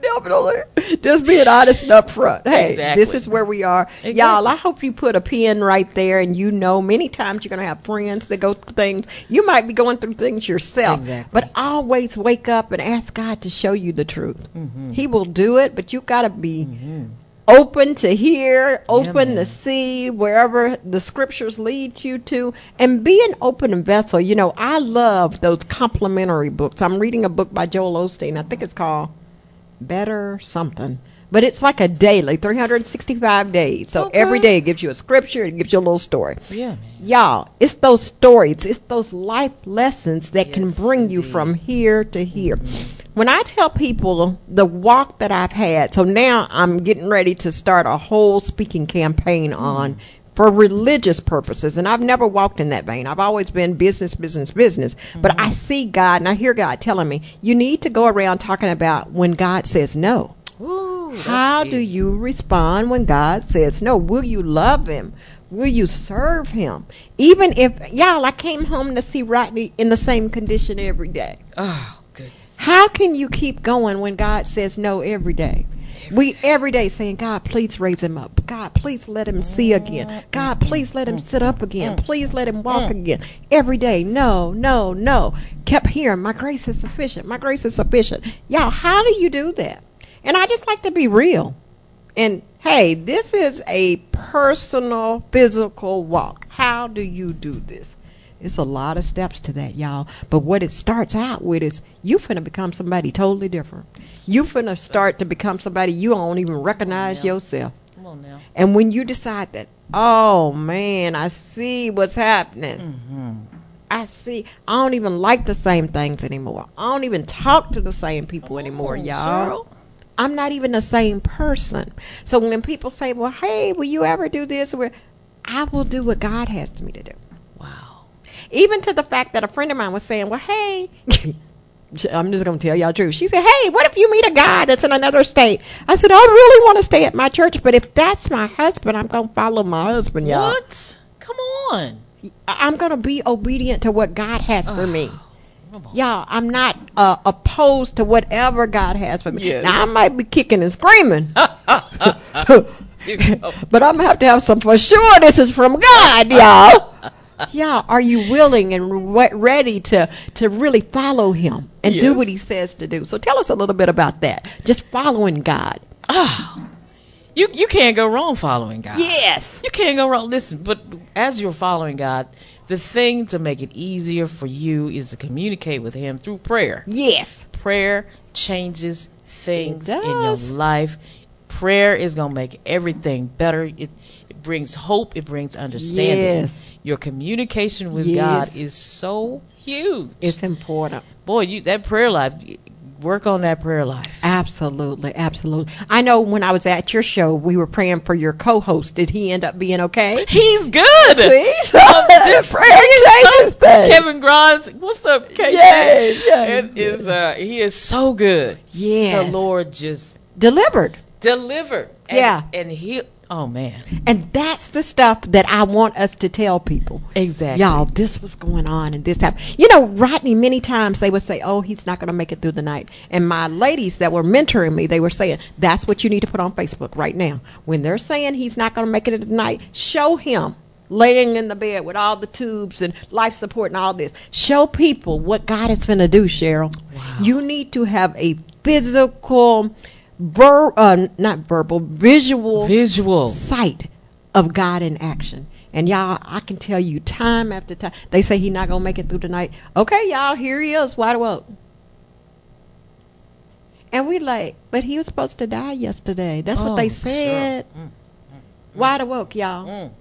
A: Definitely. Just being honest and upfront. Hey,
B: Exactly.
A: this is where we are. Y'all, I hope you put a pin right there and you know many times you're going to have friends that go through things. You might be going through things yourself.
B: Exactly.
A: But always wake up and ask God to show you the truth.
B: Mm-hmm.
A: He will do it, but you got to be open to hear, open to see, wherever the scriptures lead you to, and be an open vessel. You know, I love those complimentary books. I'm reading a book by Joel Osteen. I think it's called Better Something. But it's like a daily, 365 days. So
B: Okay.
A: every day it gives you a scripture, it gives you a little story.
B: Yeah, man.
A: Y'all, it's those stories, it's those life lessons that can
B: Yes,
A: bring you
B: indeed. Mm-hmm.
A: from here to here. When I tell people the walk
B: Mm-hmm.
A: that I've had, so now I'm getting ready to start a whole speaking campaign on for religious purposes. And I've never walked in that vein. I've always been business, business, business. But
B: Mm-hmm.
A: I see God and I hear God telling me, you need to go around talking about when God says no.
B: Ooh, that's
A: How
B: good.
A: do you respond when God says no? Will you love Him? Will you serve Him? Even if, y'all, I came home to see Rodney in the same condition every day.
B: Oh goodness.
A: How can you keep going when God says no every day? We every day saying, God, please raise him up. God, please let him see again. God, please let him sit up again. Please let him walk again. Every day, no, no, no. Kept hearing, my grace is sufficient. My grace is sufficient. Y'all, how do you do that? And I just like to be real. And hey, this is a personal physical walk. How do you do this? It's a lot of steps to that, y'all. But what it starts out with is you finna become somebody totally different. You finna start to become somebody you don't even recognize yourself.
B: Come on now.
A: And when you decide that, oh man, I see what's happening. I see. I don't even like the same things anymore. I don't even talk to the same people anymore, y'all.
B: Cheryl.
A: I'm not even the same person. So when people say, well, hey, will you ever do this? Well, I will do what God has me to do.
B: Wow.
A: Even to the fact that a friend of mine was saying, well, hey, I'm just going to tell y'all the truth. She said, hey, what if you meet a guy that's in another state? I said, I really want to stay at my church, but if that's my husband, I'm going to follow my husband, y'all.
B: What? Come on.
A: I- I'm going to be obedient to what God has for me.
B: Come on.
A: Y'all, I'm not uh, opposed to whatever God has for me.
B: Yes.
A: Now, I might be kicking and screaming,
B: You oh, go.
A: but I'm going to have to have some for sure this is from God, y'all. y'all, are you willing and re- ready to, to really follow Him and do
B: Yes.
A: what He says to do? So tell us a little bit about that. Just following God.
B: you you can't go wrong following God.
A: Yes.
B: You can't go wrong. Listen, but as you're following God, the thing to make it easier for you is to communicate with Him through prayer.
A: Yes.
B: Prayer changes things in your
A: does.
B: life. Prayer is going to make everything better. It, it brings hope, it brings understanding.
A: Yes.
B: Your communication with
A: Yes.
B: God is so huge.
A: It's important.
B: Boy, you that prayer life, y- work on that prayer life.
A: Absolutely, absolutely. I know when I was at your show, we were praying for your co-host. Did he end up being okay?
B: He's good.
A: See,
B: this-
A: prayer changes things.
B: Kevin Grimes, what's up, Kevin?
A: Yes, yes,
B: it is. Uh, he is so good.
A: Yes.
B: the Lord just
A: Delivered.
B: delivered. And,
A: Yeah.
B: and he. Oh man,
A: And that's the stuff that I want us to tell people.
B: Exactly.
A: Y'all, this was going on and this happened. You know, Rodney, many times they would say, oh, he's not going to make it through the night. And my ladies that were mentoring me, they were saying, that's what you need to put on Facebook right now. When they're saying he's not going to make it tonight, show him laying in the bed with all the tubes and life support and all this. Show people what God is going to do, Cheryl. You need to have a physical, ver- uh, not verbal, visual
B: visual.
A: sight of God in action. And y'all, I can tell you time after time. They say he not gonna make it through tonight. Okay, y'all, here he is, wide awake. And we like, but he was supposed to die yesterday. That's what
B: Oh,
A: they
B: sure. mm.
A: said. Wide awake, y'all.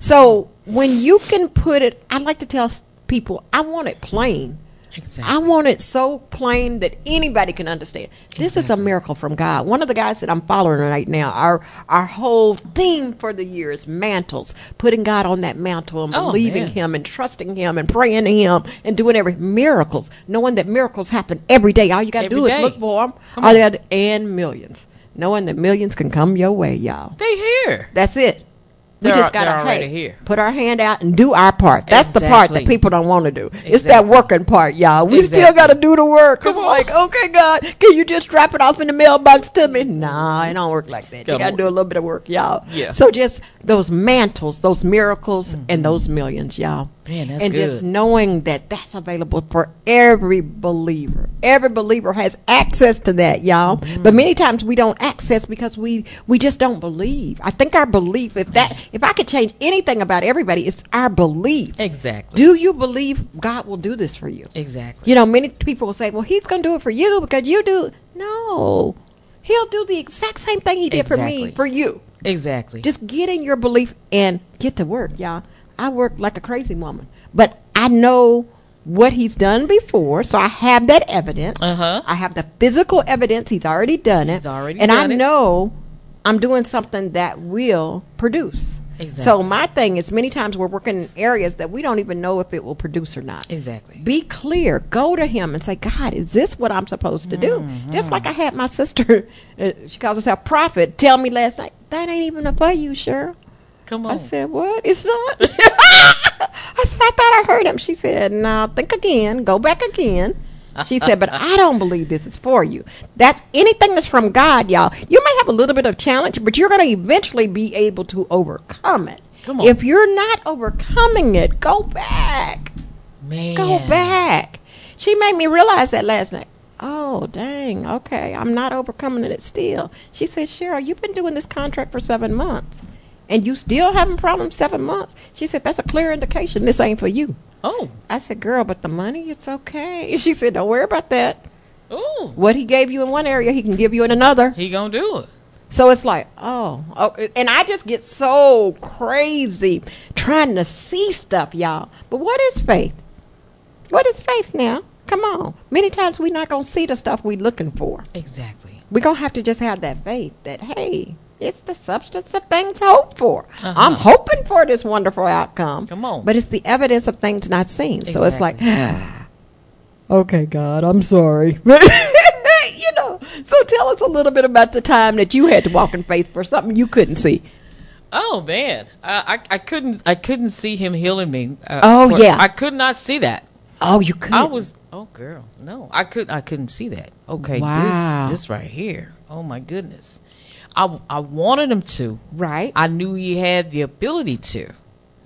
A: So when you can put it, I like to tell s- people, I want it plain.
B: Exactly.
A: I want it so plain that anybody can understand. This is a miracle from God. One of the guys that I'm following right now, our our whole theme for the year is mantles, putting God on that mantle and
B: Oh,
A: believing
B: man.
A: Him and trusting Him and praying to Him and doing every miracles, knowing that miracles happen every day. All you got to
B: Every
A: do is
B: day.
A: look for them.
B: Come
A: All
B: on.
A: you gotta- and millions, knowing that millions can come your way, y'all.
B: they here.
A: That's it. We
B: They're
A: just
B: al- they're
A: got to
B: already
A: hey,
B: here.
A: put our hand out and do our part. That's the part that
B: Exactly.
A: people don't want to do. It's that
B: Exactly.
A: working part, y'all. We still
B: Exactly.
A: got to do the work.
B: Come
A: it's
B: on.
A: like, okay, God, can you just drop it off in the mailbox to me? Nah, it don't work like that. You
B: Gotta
A: got to
B: work.
A: do a little bit of work, y'all.
B: Yeah. Mm-hmm.
A: So just those mantles, those miracles, and those millions, y'all.
B: Man, that's
A: and just
B: good.
A: knowing that that's available for every believer. Every believer has access to that, y'all.
B: Mm-hmm.
A: But many times we don't access because we we just don't believe. I think our belief, if that, if I could change anything about everybody, it's our belief.
B: Exactly.
A: Do you believe God will do this for you?
B: exactly.
A: You know, many people will say, "Well, He's going to do it for you because you do." No, He'll do the exact same thing He did for me
B: Exactly.
A: for you.
B: Exactly.
A: Just get in your belief and get to work, y'all. I work like a crazy woman, but I know what he's done before, so I have that evidence.
B: Uh-huh.
A: I have the physical evidence. He's already done it.
B: He's already
A: and
B: done
A: I
B: it.
A: know I'm doing something that will produce. So
B: Exactly.
A: my thing is, many times we're working in areas that we don't even know if it will produce or not.
B: Exactly.
A: Be clear. Go to him and say, God, is this what I'm supposed to do?
B: Mm-hmm.
A: Just like I had my sister, uh, she calls herself prophet, tell me last night, that ain't even about you, Cheryl.
B: Come
A: I
B: on.
A: said, "What? It's not." I said, "I thought I heard him." She said, "No, think again. Go back again." She said, "But I don't believe this is for you. That's anything that's from God, y'all. You may have a little bit of challenge, but you're going to eventually be able to overcome it.
B: Come on.
A: If you're not overcoming it, go back.
B: Man.
A: Go back." She made me realize that last night. Oh, dang. Okay. I'm not overcoming it still. She said, Cheryl, you've been doing this contract for seven months and you still having problems seven months. She said, that's a clear indication this ain't for you.
B: Oh.
A: I said, girl, but the money, it's okay. She said, don't worry about that.
B: Ooh.
A: What he gave you in one area, he can give you in another.
B: He gonna do it.
A: So it's like, oh, oh, and I just get so crazy trying to see stuff, y'all. But what is faith? What is faith now? Come on. Many times we're not going to see the stuff we looking for.
B: Exactly.
A: We're going to have to just have that faith that, hey, it's the substance of things hoped for. I'm hoping for this wonderful outcome.
B: Uh-huh. Come on.
A: But it's the evidence of things not seen. So it's like, okay, God, I'm sorry. you know, so tell us a little bit about the time that you had to walk in faith for something you couldn't see.
B: Oh man, I, I I couldn't I couldn't see him healing me. Uh,
A: Oh,
B: for-
A: yeah.
B: I could not see that.
A: Oh, you couldn't.
B: I was oh girl, no, I could I couldn't see that. Okay,
A: Wow.
B: this this right here. Oh my goodness, I I wanted him to.
A: right.
B: I knew he had the ability to,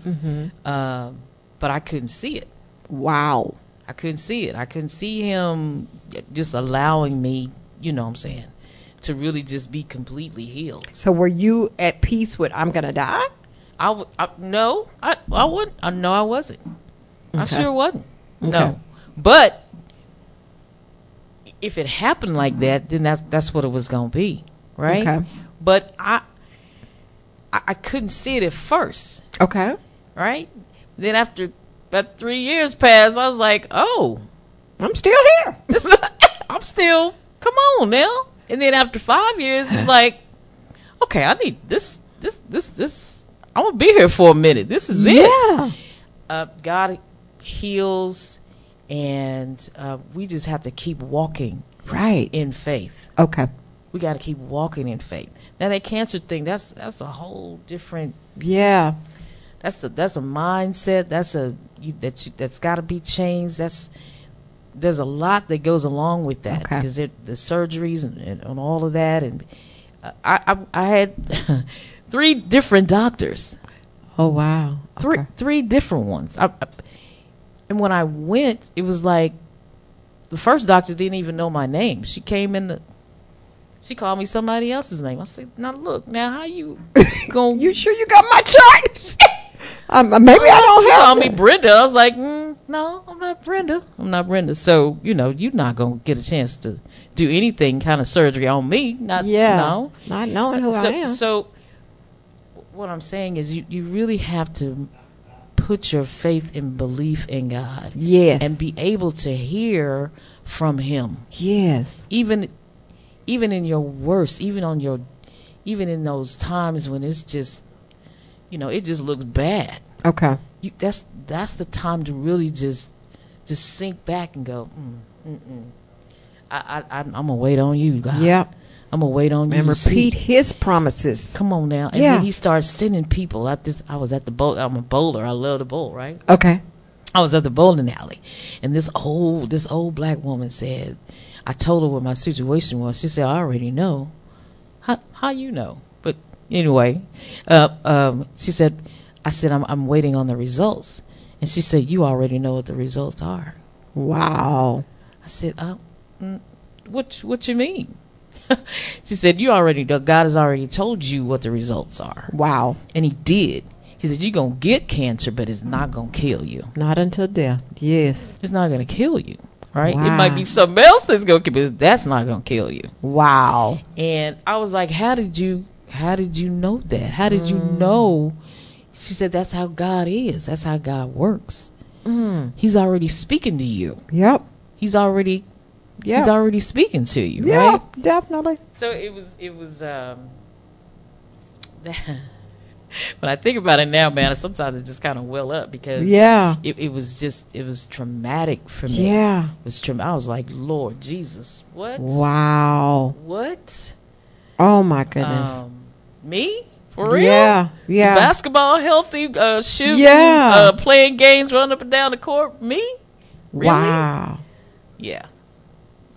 A: Mm-hmm.
B: um, but I couldn't see it.
A: wow.
B: I couldn't see it. I couldn't see him just allowing me. You know what I'm saying? To really just be completely healed.
A: So were you at peace with I'm gonna die?
B: I, w- I- no, I I wouldn't. I, no, I wasn't. I
A: Okay.
B: sure wasn't.
A: Okay.
B: No, but if it happened like that, then that's that's what it was going to be, right?
A: Okay.
B: But I, I I couldn't see it at first,
A: Okay.
B: right? Then after about three years passed, I was like, oh,
A: I'm still here.
B: this I'm still. Come on now. And then after five years, it's like, okay, I need this, this, this, this. I'm gonna be here for a minute. This is it
A: Yeah.
B: uh, God heals, and uh, we just have to keep walking
A: Right.
B: in faith.
A: Okay.
B: We got to keep walking in faith. Now that cancer thing, that's that's a whole different.
A: Yeah.
B: That's a that's a mindset. That's a you, that you, that's got to be changed. That's there's a lot that goes along with that
A: Okay.
B: because it- the surgeries and, and, and all of that. And uh, I, I I had three different doctors.
A: Oh wow.
B: three
A: Okay.
B: three different ones. I, I- and when I went, it was like the first doctor didn't even know my name. She came in the she called me somebody else's name. I said, "Now look, now how you going
A: You sure you got my chart? um, maybe I don't
B: she
A: have
B: called me
A: it.
B: Brenda. I was like, mm, "No, I'm not Brenda. I'm not Brenda." So, you know, you're not going to get a chance to do anything kind of surgery on me. Not
A: Yeah.
B: no.
A: Not knowing who
B: so,
A: I am.
B: so what I'm saying is you, you really have to put your faith and belief in God.
A: Yes.
B: And be able to hear from him.
A: yes.
B: Even even in your worst, even on your even in those times when it's just you know, it just looks bad.
A: Okay.
B: You that's that's the time to really just just sink back and go, mm, mm-mm. I, I I'm I'm gonna wait on you, God.
A: Yeah.
B: I'm gonna wait on you.
A: And
B: to see
A: repeat his promises.
B: come on now. And
A: Yeah.
B: then he starts sending people. I just I was at the bowl. I'm a bowler. I love to bowl, right?
A: Okay.
B: I was at the bowling alley, and this old this old black woman said, I told her what my situation was. She said, I already know. How how you know? But anyway, uh, um, she said, I said I'm I'm waiting on the results, and she said, you already know what the results are.
A: Wow.
B: I said, "Oh, mm, what what you mean?" she said, "You already know. God has already told you what the results are."
A: Wow.
B: And he did. He said, You're going to get cancer, but it's not going to kill you.
A: Not until death. Yes.
B: It's not going to kill you, right? It
A: Wow.
B: might be something else that's going to kill you, but that's not going to kill you.
A: Wow.
B: And I was like, How did you, how did you know that? How did you
A: Mm.
B: know? She said, That's how God is. That's how God works.
A: Mm.
B: He's already speaking to you.
A: Yep.
B: He's already,
A: Yeah.
B: he's already speaking to you,
A: yeah.
B: right?
A: Definitely.
B: So it was, it was, um, When I think about it now, man, sometimes it just kind of well up because
A: Yeah.
B: it, it was just it was traumatic for me.
A: Yeah.
B: it was traum- I was like, Lord Jesus, what?
A: Wow.
B: What?
A: Oh my goodness.
B: Um, me for real?
A: Yeah. Yeah.
B: Basketball, healthy, uh, shooting,
A: Yeah.
B: uh, playing games, running up and down the court. Me? Really?
A: Wow.
B: Yeah.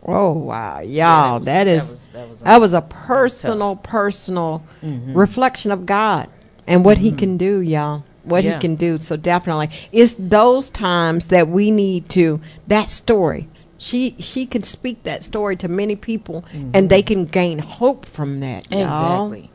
A: Oh wow, y'all!
B: was-
A: that
B: that
A: is that was,
B: was- that was Mm-hmm.
A: a personal, personal reflection of God and what He can do, y'all. What
B: Yeah.
A: He can do. So definitely, it's those times that we need to that story. She she can speak that story to many people, and they can gain hope from that. y'all.
B: Mm-hmm. Exactly.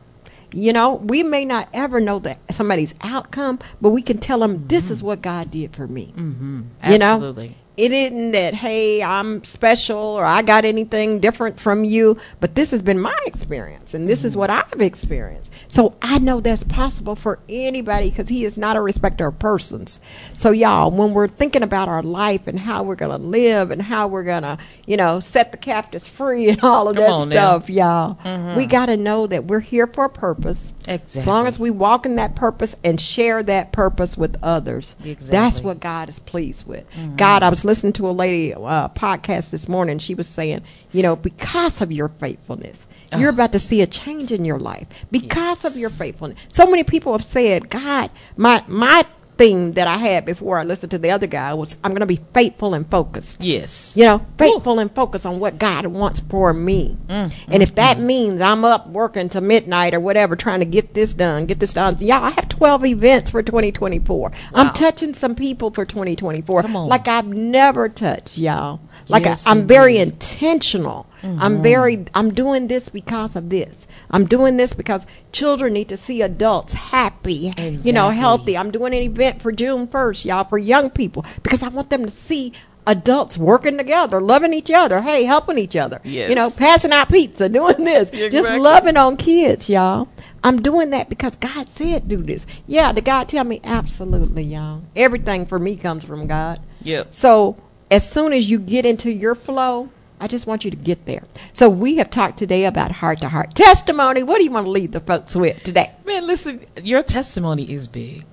A: You know, we may not ever know that somebody's outcome, but we can tell them this is what God did for me. Mm-hmm. You know,
B: Mm-hmm. Absolutely.
A: it isn't that hey, I'm special or I got anything different from you, but this has been my experience and this
B: Mm-hmm.
A: is what I've experienced. So I know that's possible for anybody because He is not a respecter of persons. So y'all, when we're thinking about our life and how we're gonna live and how we're gonna, you know, set the captives free and all of
B: Come
A: that
B: on now.
A: stuff y'all. We got to know that we're here for a purpose. As long
B: Exactly.
A: as we walk in that purpose and share that purpose with others, that's
B: Exactly.
A: what God is pleased with. God, I was listening to a lady uh, podcast this morning. She was saying, you know, because of your faithfulness, you're about to see a change in your life because of your faithfulness. So many people have said, God, my my thing that I had before I listened to the other guy was, I'm going to be faithful and focused
B: Yes.
A: you know, faithful and focused on what God wants for me.
B: Mm,
A: and if that means I'm up working to midnight or whatever, trying to get this done, get this done. Y'all, I have 12 events for 2024. I'm touching some people for 2024
B: Come on.
A: like I've never touched, y'all. Like
B: Yes, Mm-hmm.
A: I, I'm very intentional. I'm very, I'm doing this because of this. I'm doing this because children need to see adults happy, you know,
B: Exactly.
A: healthy. I'm doing an event for June 1st, y'all, for young people, because I want them to see adults working together, loving each other, hey, helping each other. You know,
B: Yes.
A: passing out pizza, doing this, just
B: Exactly.
A: loving on kids, y'all. I'm doing that because God said do this. Yeah, did God tell me? Absolutely, y'all. Everything for me comes from God.
B: Yep.
A: So as soon as you get into your flow, I just want you to get there. So we have talked today about heart to heart testimony. What do you want to leave the folks with today?
B: Man, listen, your testimony is big.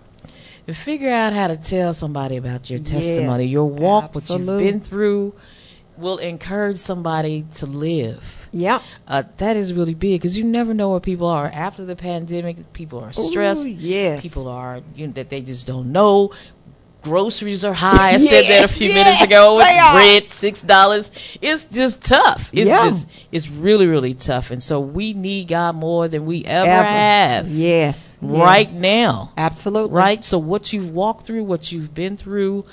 B: And figure out how to tell somebody about your testimony. your walk, what
A: absolute.
B: you've been through will encourage somebody to live.
A: Yeah.
B: Uh, that is really big because you never know where people are after the pandemic. People are stressed.
A: yes.
B: People are you know, that they just don't know. Groceries are high. I said that a
A: Yes,
B: few
A: yes,
B: minutes ago.
A: they are.
B: Bread six dollars. It's just tough. It's
A: Yeah.
B: just it's really really tough. And so we need God more than we ever,
A: Ever.
B: have
A: Yes. Yeah.
B: right now.
A: Absolutely.
B: Right? So what you've walked through, what you've been through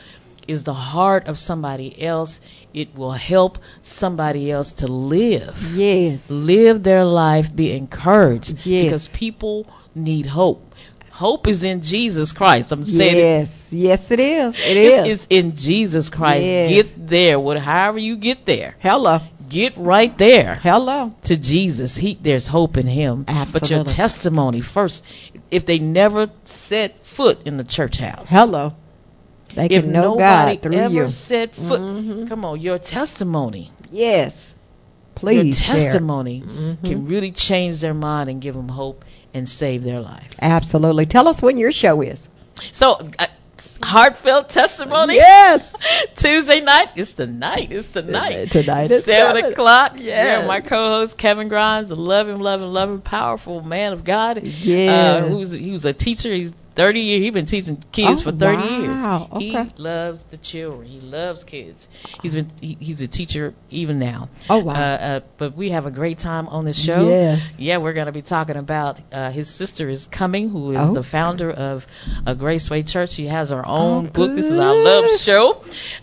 B: is the heart of somebody else. It will help somebody else to live.
A: Yes.
B: Live their life, be encouraged
A: Yes.
B: because people need hope. Hope is in Jesus Christ. I'm saying it
A: Yes. Yes, it is. It
B: it's,
A: is.
B: it's in Jesus Christ.
A: Yes.
B: Get there. What however you get there.
A: Hello.
B: Get right there
A: Hello.
B: to Jesus. He there's hope in him. But your
A: Absolutely.
B: testimony first. If they never set foot in the church house,
A: Hello. They
B: if
A: can know
B: nobody
A: God through
B: ever
A: you. Mm-hmm.
B: set foot, come on, your testimony,
A: Yes. Please
B: your
A: share. Mm-hmm.
B: testimony can really change their mind and give them hope and save their life.
A: Absolutely. Tell us when your show is.
B: So, uh, heartfelt testimony.
A: Yes.
B: Tuesday night. It's tonight. It's tonight.
A: Tonight at
B: seven,
A: seven.
B: o'clock.
A: Yes.
B: Yeah, my co-host Kevin Grimes, a loving, loving, loving, powerful man of God.
A: Yeah.
B: uh, who's he was a teacher. He's thirty years. He's been teaching kids
A: Oh,
B: for thirty
A: wow.
B: years.
A: Okay.
B: He loves the children. He loves kids. He's been he, he's a teacher even now.
A: Oh, wow.
B: Uh, uh, but we have a great time on the show.
A: Yes.
B: Yeah, we're going to be talking about uh, his sister is coming, who is
A: Oh.
B: the founder of a Graceway Church. She has her own
A: Oh,
B: book. This is our
A: good.
B: love show.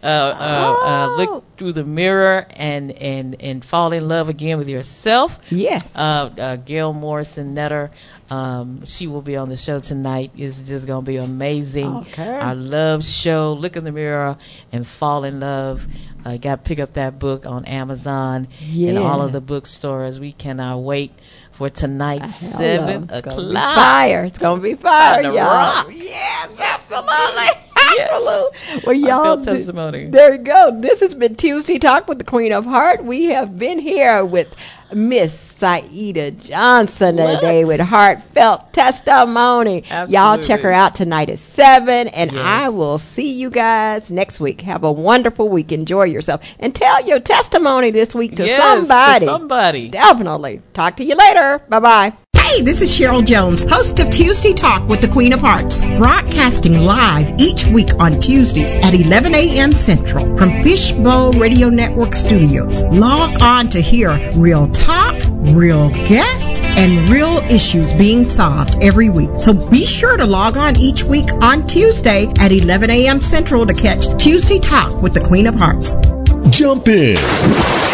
B: Uh, uh, uh,
A: Oh.
B: look through the mirror and and and fall in love again with yourself.
A: Yes.
B: Uh, uh, Gail Morrison Netter, um, she will be on the show tonight. It's just going to be amazing.
A: Okay.
B: Our love show. Look in the mirror and fall in love. Uh, Got to pick up that book on Amazon and all
A: Yeah.
B: of the bookstores. We cannot wait for tonight,
A: Hello.
B: seven
A: Oh, It's gonna be
B: o'clock.
A: fire. It's gonna be fire,
B: Time to
A: y'all.
B: rock.
A: Yes, absolutely.
B: yes.
A: Well, y'all,
B: Heartfelt
A: th-
B: testimony.
A: there you go. This has been Tuesday Talk with the Queen of Heart. We have been here with Miss Saida Johnson today
B: What?
A: with heartfelt testimony. Y'all check her
B: Absolutely.
A: out tonight at seven, and I
B: Yes.
A: will see you guys next week. Have a wonderful week. Enjoy yourself and tell your testimony this week to
B: Yes,
A: somebody.
B: somebody.
A: Definitely. Talk to you later. Bye bye.
C: Hey, this is Cheryl Jones, host of Tuesday Talk with the Queen of Hearts, broadcasting live each week on Tuesdays at 11 a.m. Central from Fishbowl Radio Network Studios. Log on to hear real talk, real guests, and real issues being solved every week. So be sure to log on each week on Tuesday at 11 a.m. Central to catch Tuesday Talk with the Queen of Hearts.
D: Jump in.